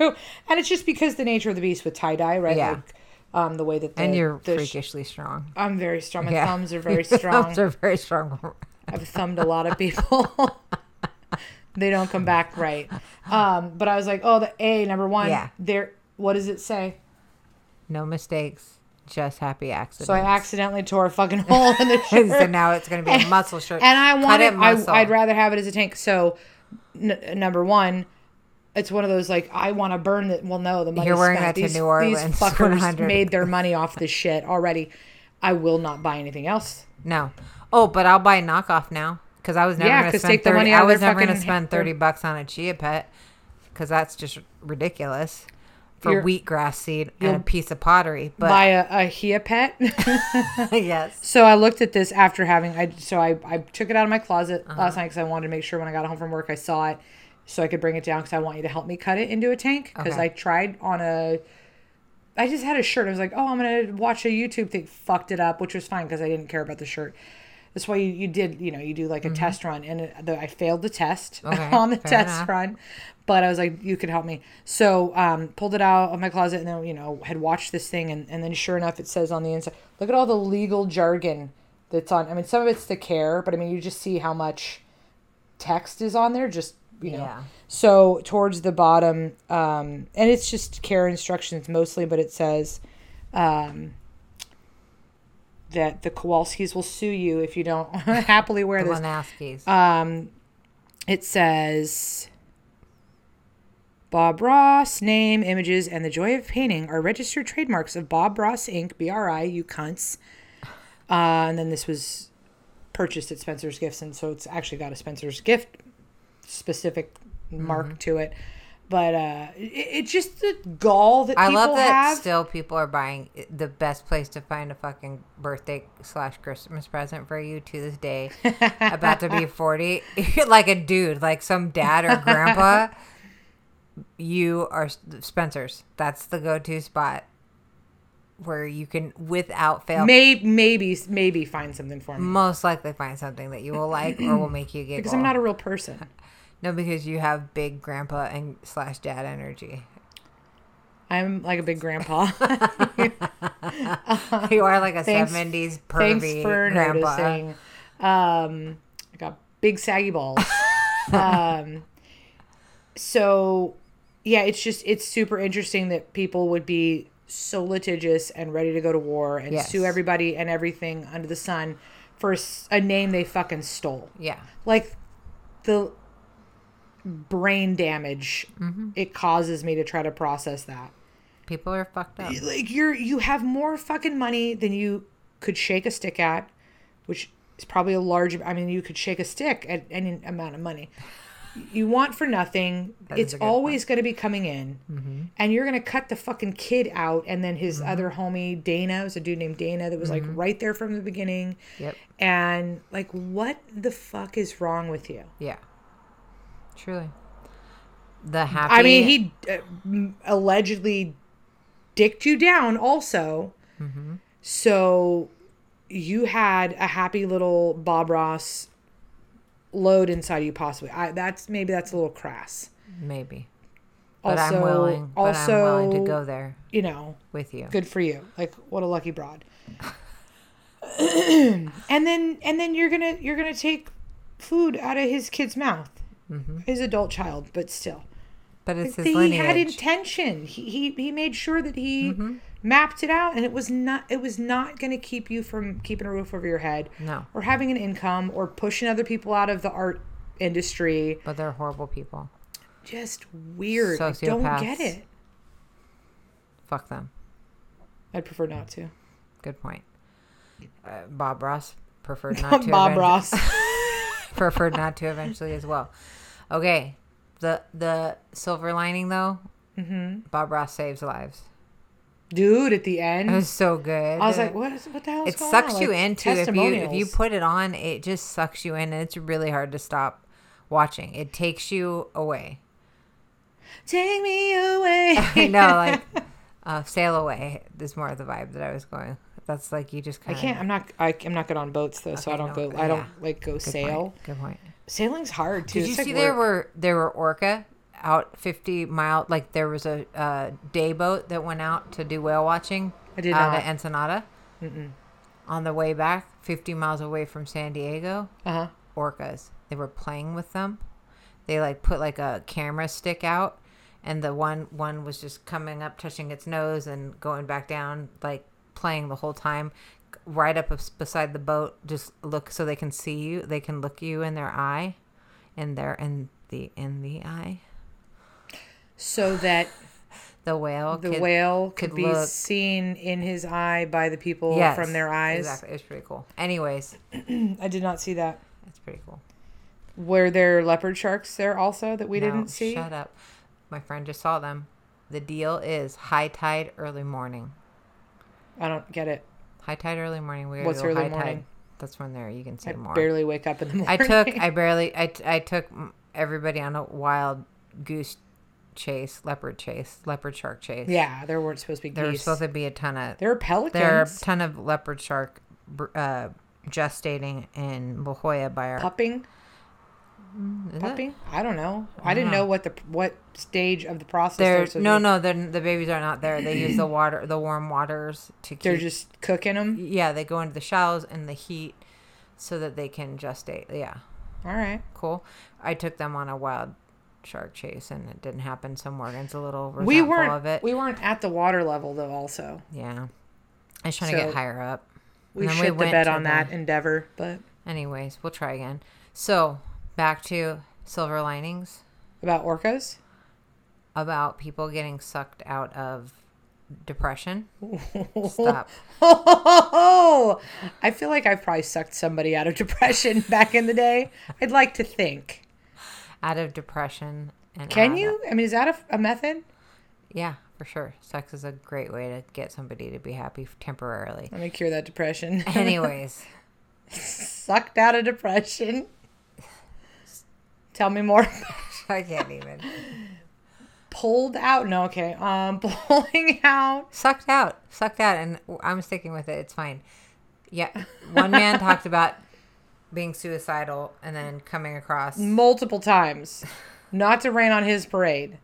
A: and it's just because the nature of the beast with tie dye, right?
B: Yeah.
A: Like, um, the way that the,
B: and you're
A: the sh-
B: freakishly strong.
A: I'm very strong. My
B: Yeah.
A: thumbs
B: *laughs*
A: are very
B: Your
A: strong.
B: Thumbs are very strong.
A: I've thumbed a lot of people. *laughs* they don't come back right. Um, but I was like, oh, the A number one.
B: Yeah.
A: There. What does it say?
B: No mistakes, just happy accidents.
A: So I accidentally tore a fucking *laughs* hole in the shirt.
B: so now *laughs* it's going
A: *laughs*
B: to be a muscle shirt.
A: and I want
B: Cut
A: it.
B: it muscle.
A: I, I'd rather have it as a tank. So, n- number one, it's one of those like I want to burn it. Well, no, the money
B: You're wearing
A: spent.
B: that to
A: these,
B: New Orleans *laughs*
A: These fuckers
B: 100.
A: made their money off this shit already. I will not buy anything else.
B: No. Oh, but I'll buy a knockoff now because I was never
A: Yeah,
B: going to
A: 'cause
B: spend
A: take the
B: thirty.
A: money
B: I
A: out of
B: was
A: their
B: never going to
A: fucking
B: spend
A: hand- *laughs*
B: thirty bucks on a chia pet because that's just ridiculous for
A: You're-
B: wheatgrass seed and a piece of pottery. But
A: buy a, a Hia pet. *laughs*
B: *laughs* yes,
A: so I looked at this after having I so I, I took it out of my closet
B: Uh-huh.
A: last night because I wanted to make sure when I got home from work I saw it so I could bring it down because I want you to help me cut it into a tank because
B: Okay.
A: I tried on a I just had a shirt I was like oh I'm gonna watch a YouTube thing fucked it up which was fine because I didn't care about the shirt. That's why you, you did you know you do like a test run and it, the, I failed the test
B: Mm-hmm.
A: *laughs*
B: Okay,
A: on the
B: fair
A: test
B: enough.
A: run, but I was like, you could help me. So um, pulled it out of my closet and then, you know, had watched this thing. And, and then sure enough, it says on the inside, look at all the legal jargon that's on. I mean, some of it's the care, but I mean, you just see how much text is on there. Just, you know.
B: Yeah.
A: So towards the bottom, um, and it's just care instructions mostly, but it says, um, that the Kowalskis will sue you if you don't *laughs* happily wear this
B: Lanaskis.
A: it says Bob Ross name, images, and the joy of painting are registered trademarks of Bob Ross Inc. BRI. You cunts. Uh, and then this was purchased at Spencer's Gifts, and so it's actually got a Spencer's Gift specific
B: Mm-hmm.
A: mark to it. But uh, it, it's just the gall that
B: I
A: people
B: love that
A: have.
B: still people are buying the best place to find a fucking birthday slash Christmas present for you to
A: *laughs*
B: this day. about to be 40. *laughs* like a dude, like some dad or
A: *laughs*
B: grandpa. you are S- Spencer's. That's the go to spot where you can, without fail,
A: May, maybe, maybe find something for me
B: most likely find something that you will like or will make you
A: *clears throat*
B: giggle.
A: because I'm not a real
B: *laughs*
A: person.
B: no, because you have big grandpa and slash dad
A: *laughs*
B: energy.
A: I'm like a big
B: *laughs*
A: grandpa.
B: You are like a
A: Thanks-
B: 70s pervy
A: Thanks for
B: grandpa.
A: noticing. Um, I got big saggy balls.
B: *laughs*
A: um, so yeah, it's just it's super interesting that people would be so litigious and ready to go to war and
B: Yes.
A: sue everybody and everything under the sun for s- a name they fucking stole.
B: Yeah.
A: Like the brain damage
B: Mm-hmm.
A: it causes me to try to process that
B: People are fucked up.
A: like you're you have more fucking money than you could shake a stick at, which is probably a large. I mean, you could shake a stick at any amount of money. You want for nothing. It's
B: is a good Mm-hmm.
A: always going to be coming in, and you're going to cut the fucking kid out, and then his other homie Dana was a dude named Dana that was
B: Mm-hmm.
A: like right there from the beginning.
B: Yep.
A: And like, what the fuck is wrong with you?
B: Yeah. Truly. The happy.
A: I mean, he uh, m- allegedly dicked you down, also.
B: Mm-hmm.
A: So you had a happy little Bob Ross load inside you, possibly. I, that's maybe that's a little crass.
B: maybe.
A: Also,
B: But I'm willing. but I'm willing to go there
A: You know,
B: with you.
A: good for you. Like, what a lucky broad.
B: *laughs*
A: *clears throat* and then, and then you're gonna you're gonna take food out of his kid's mouth,
B: Mm-hmm.
A: his adult child, but still.
B: But it's his
A: he
B: lineage. Mm-hmm.
A: had intention. He, he he made sure that he mapped it out, and it was not it was not going to keep you from keeping a roof over your head,
B: No.
A: or having an income, or pushing other people out of the art industry.
B: but they're horrible people.
A: Just weird. I don't
B: Sociopaths.
A: get it.
B: Fuck them.
A: I'd prefer not to.
B: Good point. Uh, Bob Ross
A: *laughs*
B: preferred not to.
A: Bob
B: eventu-
A: Ross.
B: *laughs* preferred not to eventually as well. Okay. The the silver lining though. Mm-hmm. Bob Ross saves lives.
A: Dude, at the end,
B: It was so good.
A: I was like, what, is, what the hell is
B: it
A: going
B: sucks
A: on?
B: you
A: Like,
B: into if you if you
A: testimonials.
B: put it on it just sucks you in and it's really hard to stop watching it takes you away *laughs*
A: Take me away.
B: i
A: *laughs*
B: know like uh, sail away is more of the vibe that i was going that's like you just
A: I
B: kind
A: can't. I'm not. I, I'm not good on boats though, so
B: Okay,
A: I don't
B: no,
A: go. I don't
B: yeah.
A: like go
B: good
A: sail.
B: point. good point
A: Sailing's hard too.
B: did you
A: It's like
B: see there
A: work.
B: were there were orca out 50 mile like there was a uh, day boat that went out to do whale watching
A: I did
B: out
A: not.
B: of ensenada on the way back 50 miles away from san diego
A: Uh-huh.
B: orcas. They were playing with them. They like put like a camera stick out and the one one was just coming up, touching its nose, and going back down, like playing the whole time. Right up bes- beside the boat, just look so they can see you. They can look you in their eye, in their in the in the eye.
A: so that
B: The whale.
A: the
B: could-
A: whale could,
B: could
A: be
B: look.
A: seen in his eye by the people
B: Yes,
A: from their eyes. Mm,
B: Exactly, it's pretty cool. Anyways,
A: I did not see that.
B: it's pretty cool.
A: Were there leopard sharks there also that we
B: No,
A: didn't see?
B: Shut up. My friend just saw them. The deal is high tide, early morning.
A: I don't get it.
B: High tide, early morning. We gotta
A: What's
B: go
A: early
B: high Tide.
A: morning?
B: That's when there you can see
A: I
B: more.
A: barely wake up in the morning. *laughs*
B: I took. I barely. I I took everybody on a wild goose chase, leopard chase, leopard shark chase.
A: yeah, there weren't supposed to be
B: There was
A: geese.
B: supposed to be a ton of
A: there were pelicans.
B: there are a ton of leopard shark br- uh, gestating in La Jolla by our
A: pupping,
B: is it?
A: pupping. I don't know. I, didn't know. what the what stage of the process. they
B: They're
A: were supposed
B: no,
A: to be.
B: no. They're, the babies are not there. They
A: *clears throat*
B: use the water, the warm waters to keep.
A: They're just cooking them.
B: yeah, they go into the shallows and the heat, so that they can gestate. Yeah,
A: All right.
B: cool. I took them on a wild shark chase, and it didn't happen. So Morgan's a little resentful
A: We
B: of
A: weren't
B: it.
A: we weren't at the water level though. Also,
B: yeah, I was trying to get
A: So,
B: higher up.
A: we
B: And then we
A: should the
B: went
A: bet
B: to
A: on
B: the-
A: that endeavor, but
B: Anyways, we'll try again. So back to silver linings
A: about orcas.
B: about people getting sucked out of
A: *laughs*
B: depression. Stop.
A: Oh, *laughs* I feel like I've probably sucked somebody out of depression *laughs* back in the day. I'd like to think.
B: Out of depression. And
A: Can
B: out
A: you? I mean, is that a, a method?
B: Yeah, for sure. Sex is a great way to get somebody to be happy f-
A: *laughs*
B: temporarily.
A: Let me cure that depression. *laughs*
B: Anyways, *laughs*
A: Sucked out of depression. Tell me more. *laughs*
B: I can't even.
A: Pulled out. No, okay. Um, *laughs* pulling out.
B: Sucked out. Sucked out. And I'm sticking with it. It's fine. Yeah.
A: *laughs*
B: One man talked about being suicidal and then coming across.
A: multiple times. Not to rain on his parade,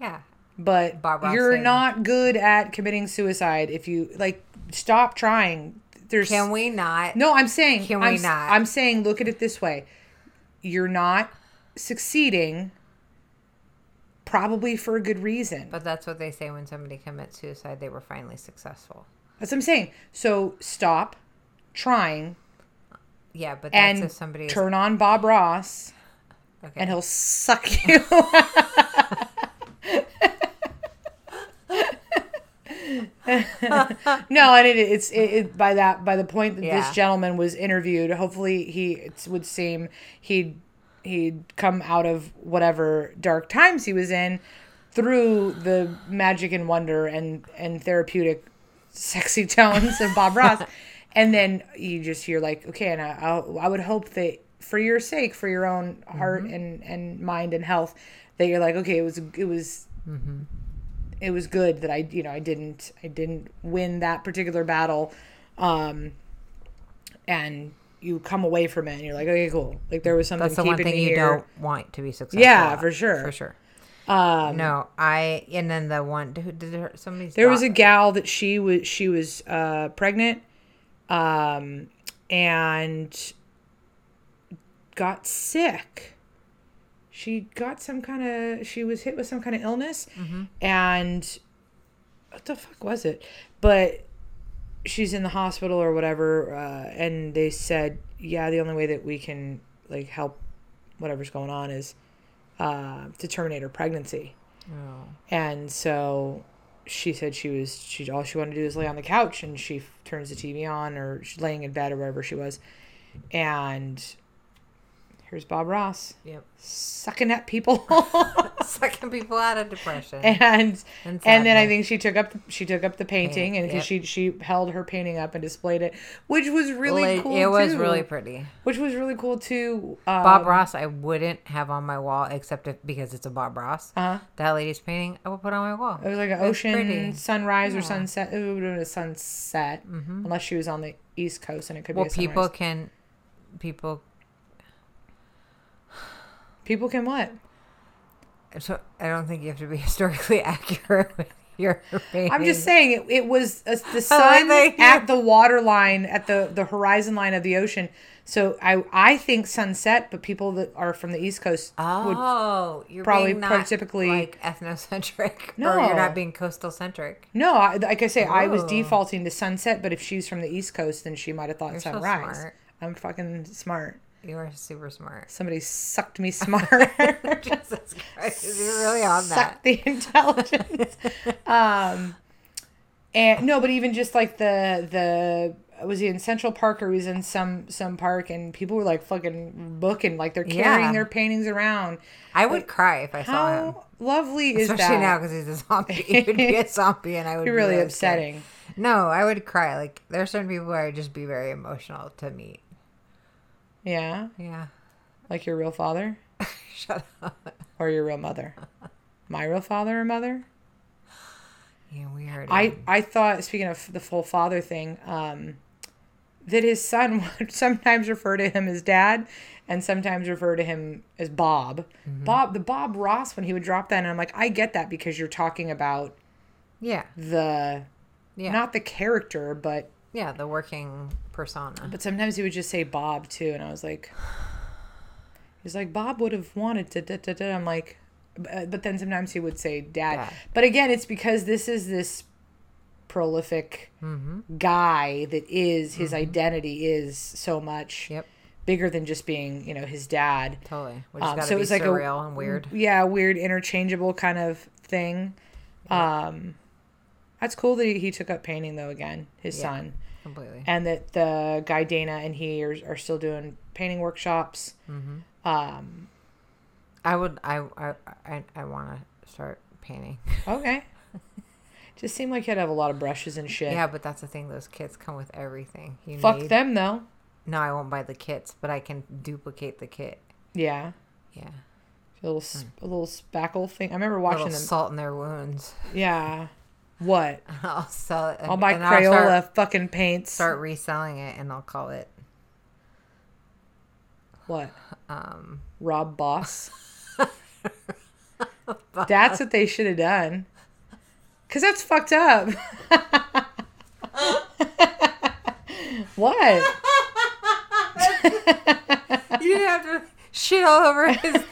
B: Yeah.
A: but
B: Bob Ross
A: you're
B: saying-
A: not good at committing suicide if you like stop trying. There's
B: Can we not?
A: No, I'm saying
B: Can we
A: I'm, s-
B: not?
A: I'm saying look at it this way. You're not succeeding probably for a good reason.
B: But that's what they say when somebody commits suicide, they were finally successful.
A: That's what I'm saying. So stop trying
B: Yeah, but that's
A: and
B: if somebody is.
A: turn on Bob Ross
B: Okay.
A: and he'll suck *laughs* you. no, and it, it's it, it, by that by the point that
B: Yeah.
A: this gentleman was interviewed. Hopefully, he it would seem he'd he'd come out of whatever dark times he was in through the magic and wonder and and therapeutic sexy *laughs* tones of Bob Ross. And then you just hear like, okay, and I, I, I would hope that for your sake, for your own heart and, and mind and health, that you're like, okay, it was, it was, it was good that I, you know, I didn't, I didn't win that particular battle. Um, and you come away from it and you're like, okay, cool. Like there was something
B: That's the
A: keeping
B: one thing
A: me
B: you
A: here.
B: don't want to be successful.
A: Yeah,
B: at,
A: for sure. Um,
B: For sure. no, I and then the one who did her somebody.
A: There was a gal that she was she was uh, pregnant, um, and got sick. She got some kind of she was hit with some kind of illness, and what the fuck was it? But she's in the hospital or whatever, uh, and they said, yeah, the only way that we can like help whatever's going on is uh, to terminate her pregnancy.
B: Oh,
A: And so she said she was she all she wanted to do is lay on the couch and she f- turns the TV on or she's laying in bed or wherever she was. And here's Bob Ross
B: Yep. *laughs*
A: sucking at people *laughs*
B: Sucking people out of depression.
A: and
B: And
A: and, then I
B: sadness.
A: think she took up the, she took up the painting and 'cause she
B: yep.
A: she held her painting up and displayed it, which was really
B: Well, it-
A: cool.
B: It was
A: too.
B: really pretty.
A: which was really cool too. Uh,
B: Bob Ross, I wouldn't have on my wall except if, because it's a Bob Ross.
A: Uh-huh.
B: That lady's painting, I would put on my wall.
A: It was like an
B: That's
A: ocean
B: pretty.
A: sunrise or sunset. It would have been a sunset, unless she was on the east coast, and it could
B: Mm-hmm. Well,
A: be a sunrise.
B: people can, people.
A: People can what?
B: *laughs* So I don't think you have to be historically accurate. with You're
A: I'm just
B: being-
A: saying it, it was
B: *laughs*
A: uh, the sun
B: that you're-
A: at the water line at the the horizon line of the ocean. So I I think sunset, but people that are from the East Coast would
B: Oh, you're
A: probably
B: being not,
A: prototypically-
B: like ethnocentric. *laughs* or you're
A: No.
B: not being coastal centric.
A: no. I, like I say, I was
B: Oh.
A: defaulting to sunset, but if she's from the East Coast, then she might have thought
B: so
A: sunrise.
B: smart.
A: I'm fucking smart.
B: You are
A: *laughs*
B: super smart. *laughs*
A: Somebody sucked me smart.
B: Jesus Christ, you're really on
A: suck
B: that.
A: the *laughs* intelligence. um, and no, but even just like the the was he in Central Park or he was in some some park and people were like fucking booking like they're carrying
B: Yeah.
A: their paintings around.
B: I would cry if I saw him.
A: How lovely is
B: Um, Especially
A: that?
B: now because he's a zombie. *laughs* He
A: *laughs*
B: would be a zombie and I would
A: Be
B: be
A: really
B: scared.
A: upsetting.
B: No, I would cry. Like, there are certain people where I would just be very emotional to meet.
A: Yeah,
B: Yeah. *laughs*
A: like your real father
B: Shut up.
A: or your real mother. My real father or mother?
B: Yeah, we heard
A: I
B: it.
A: I thought speaking of the full father thing, um, that his son *laughs* would sometimes refer to him as dad, and sometimes refer to him as Bob. Bob the Bob Ross when he would drop that, and I'm like, I get that because you're talking about
B: Yeah.
A: the
B: Yeah.
A: not the character, but
B: Yeah, the working persona.
A: but sometimes he would just say Bob too, and I was like, he's like Bob would have wanted to. Da, da, da. I'm like, uh, but then sometimes he would say dad.
B: Dad.
A: But again, it's because this is this prolific guy that is his identity is so much
B: Yep.
A: bigger than just being you know his dad.
B: Totally. Which has
A: Um,
B: got to
A: so it
B: be
A: was like a-
B: surreal and weird.
A: Yeah, weird interchangeable kind of thing. Um, that's cool that he, he took up painting though again, his son
B: Completely.
A: and that the guy Dana and he are, are still doing painting workshops.
B: Mm-hmm.
A: Um,
B: I would. I. I. I, I want to start painting. *laughs*
A: okay. Just seemed like you had to have a lot of brushes and shit.
B: Yeah, but that's the thing. Those kits come with everything. You
A: Fuck
B: need.
A: them though.
B: No, I won't buy the kits, but I can duplicate the kit.
A: Yeah.
B: Yeah.
A: A little, s a little spackle thing. I remember
B: A
A: watching
B: Hmm. little
A: them.
B: salt in their wounds. *laughs*
A: yeah. What?
B: I'll sell it. and-
A: I'll buy
B: and
A: Crayola
B: start,
A: fucking paints.
B: start reselling it, and I'll call it.
A: What?
B: Um.
A: Rob
B: *laughs*
A: Boss. that's what they should have done. Cause that's fucked
B: *laughs*
A: up. *laughs* what?
B: *laughs* You didn't have to shit all over his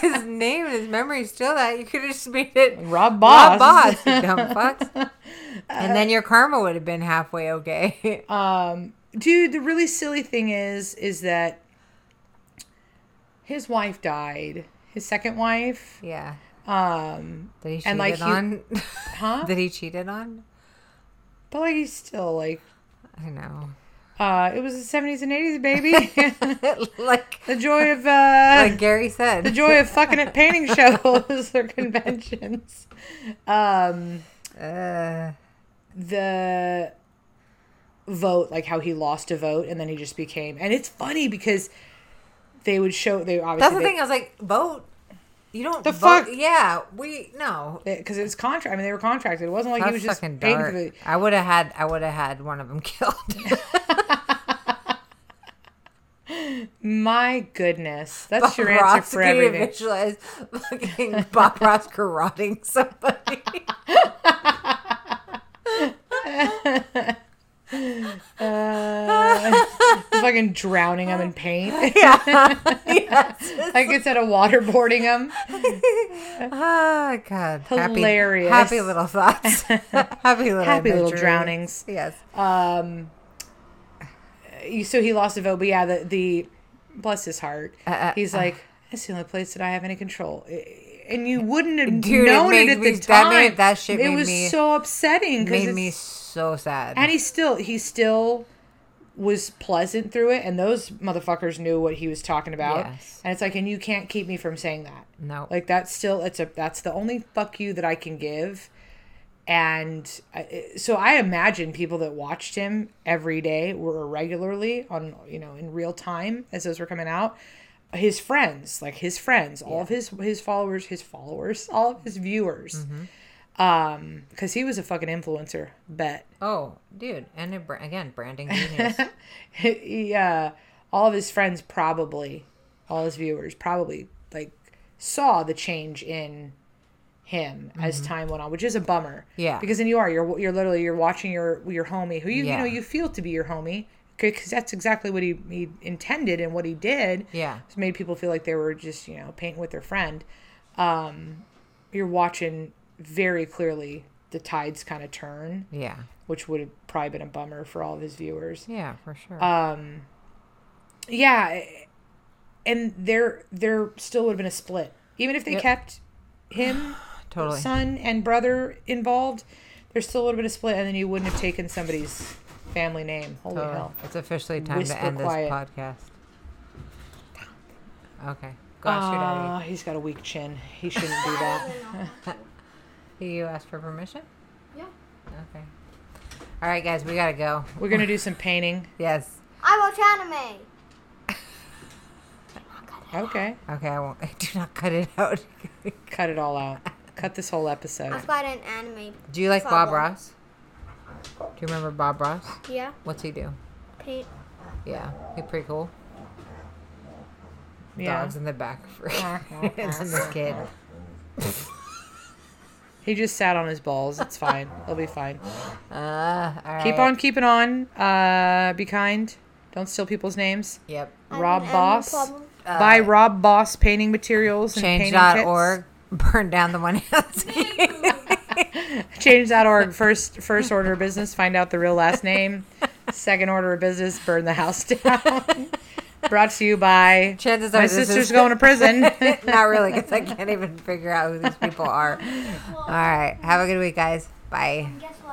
B: his name and his memory. Still, that you could have just made it.
A: Rob
B: Boss.
A: Boss.
B: boss, you *laughs* dumb fucks. and then your karma would have been halfway okay.
A: Um, dude, the really silly thing is, is that his wife died. His second wife,
B: *laughs* yeah.
A: um,
B: That he cheated
A: and, like, he-
B: on.
A: huh?
B: *laughs* that he cheated on.
A: But like, he's still like,
B: I
A: *laughs*
B: know. *laughs*
A: uh, it was the seventies and eighties, baby. *laughs*
B: like
A: the joy of uh,
B: like Gary said.
A: the joy of fucking at painting shows or conventions. Um,
B: uh,
A: the vote, like how he lost a vote, and then he just became. And it's funny because they would show they obviously
B: that's the
A: they-
B: thing. I was like, vote. You don't
A: The
B: vote.
A: fuck?
B: Yeah, we no.
A: because it was contract. I mean, they were contracted. It wasn't like
B: That's
A: he was just
B: fucking
A: paying for
B: dark.
A: the.
B: I would have had. I would have had one of them *laughs* killed.
A: My goodness, that's
B: Bob
A: your answer
B: Ross,
A: for
B: can you *laughs*
A: everything.
B: visualize fucking
A: *laughs*
B: Bob Ross garroting somebody.
A: Uh, *laughs* fucking drowning him in paint. *laughs*
B: *laughs* yeah. yes.
A: like instead of waterboarding him.
B: Oh God.
A: Hilarious.
B: Happy, happy
A: *laughs*
B: little thoughts. happy little.
A: Happy little
B: imagery.
A: drownings.
B: Yes.
A: Um, you- so he lost a vote, but yeah, the the bless his heart.
B: uh,
A: He's like, it's the only place that I have any control. And you wouldn't have
B: Dude, it
A: known it,
B: made
A: at
B: me-
A: the
B: that
A: time.
B: made- that shit
A: It
B: made
A: was
B: me-
A: so upsetting. 'cause
B: Made
A: it's-
B: me so sad.
A: and he still he still was pleasant through it and those motherfuckers knew what he was talking about
B: Yes.
A: and it's like and you can't keep me from saying that
B: no.
A: like that's still it's a that's the only fuck you that i can give and I, so i imagine people that watched him every day were regularly on you know in real time as those were coming out his friends like his friends all of his his followers his followers all of his viewers
B: Mm-hmm.
A: um because he was a fucking influencer bet
B: Oh, dude, and it, bra- again, branding
A: *laughs*
B: genius.
A: he, uh, all of his friends probably, all his viewers probably like saw the change in him as time went on, which is a bummer.
B: Mm-hmm. Yeah.
A: Because then you are you're you're literally you're watching your your homie who you you
B: Yeah.
A: know you feel to be your homie because that's exactly what he, he intended and what he did.
B: Yeah.
A: It's made people feel like they were just you know painting with their friend. Um, you're watching very clearly the tides kind of turn,
B: Yeah.
A: which would have probably been a bummer for all of his viewers.
B: Yeah, for sure.
A: Uh, Yeah, and there there still would have been a split, even if they kept him
B: totally.
A: son and brother involved. There still would have been a split, and then you wouldn't have taken somebody's family name. Holy
B: Totally.
A: hell!
B: It's officially time
A: Whisper
B: to end
A: quiet.
B: this podcast. Okay. Gosh, your
A: Ah,
B: daddy.
A: he's got a weak chin. He shouldn't do that.
B: You asked for permission?
C: yeah.
B: Okay. All right, guys, we gotta go.
A: *laughs* We're gonna do some painting.
B: Yes.
C: I watch anime.
A: Okay,
B: Okay, I won't. *laughs* Do not cut it out. *laughs*
A: cut it all out. Cut this whole episode.
C: I've got an anime.
B: do you like Bob
C: Problem.
B: Ross? Do you remember Bob Ross?
C: Yeah.
B: What's he do?
C: Paint.
B: Yeah, he's pretty cool.
A: Yeah,
B: Dogs in the
A: *laughs*
B: back for *laughs* and then the kid.
A: he just sat on his balls. It's fine. He'll be fine.
B: Uh, all right.
A: Keep on keeping on. Uh, be kind. Don't steal people's names.
B: Yep.
C: I have
A: Rob
C: an anime
A: Boss.
C: problem.
B: Uh,
A: Buy Rob Boss painting materials and painting kits. *laughs*
B: Change.org. Burn down the one house. *laughs*
A: Change.org. First first order of business, find out the real last
B: *laughs*
A: name. Second order of business, burn the house *laughs* down. Brought to you by
B: Chances
A: my
B: are this
A: sister's
B: is-
A: going to prison.
B: *laughs* Not really,
A: *laughs*
B: because I can't even figure out who these people are. All right. Have a good week, guys. Bye.
C: Guess what?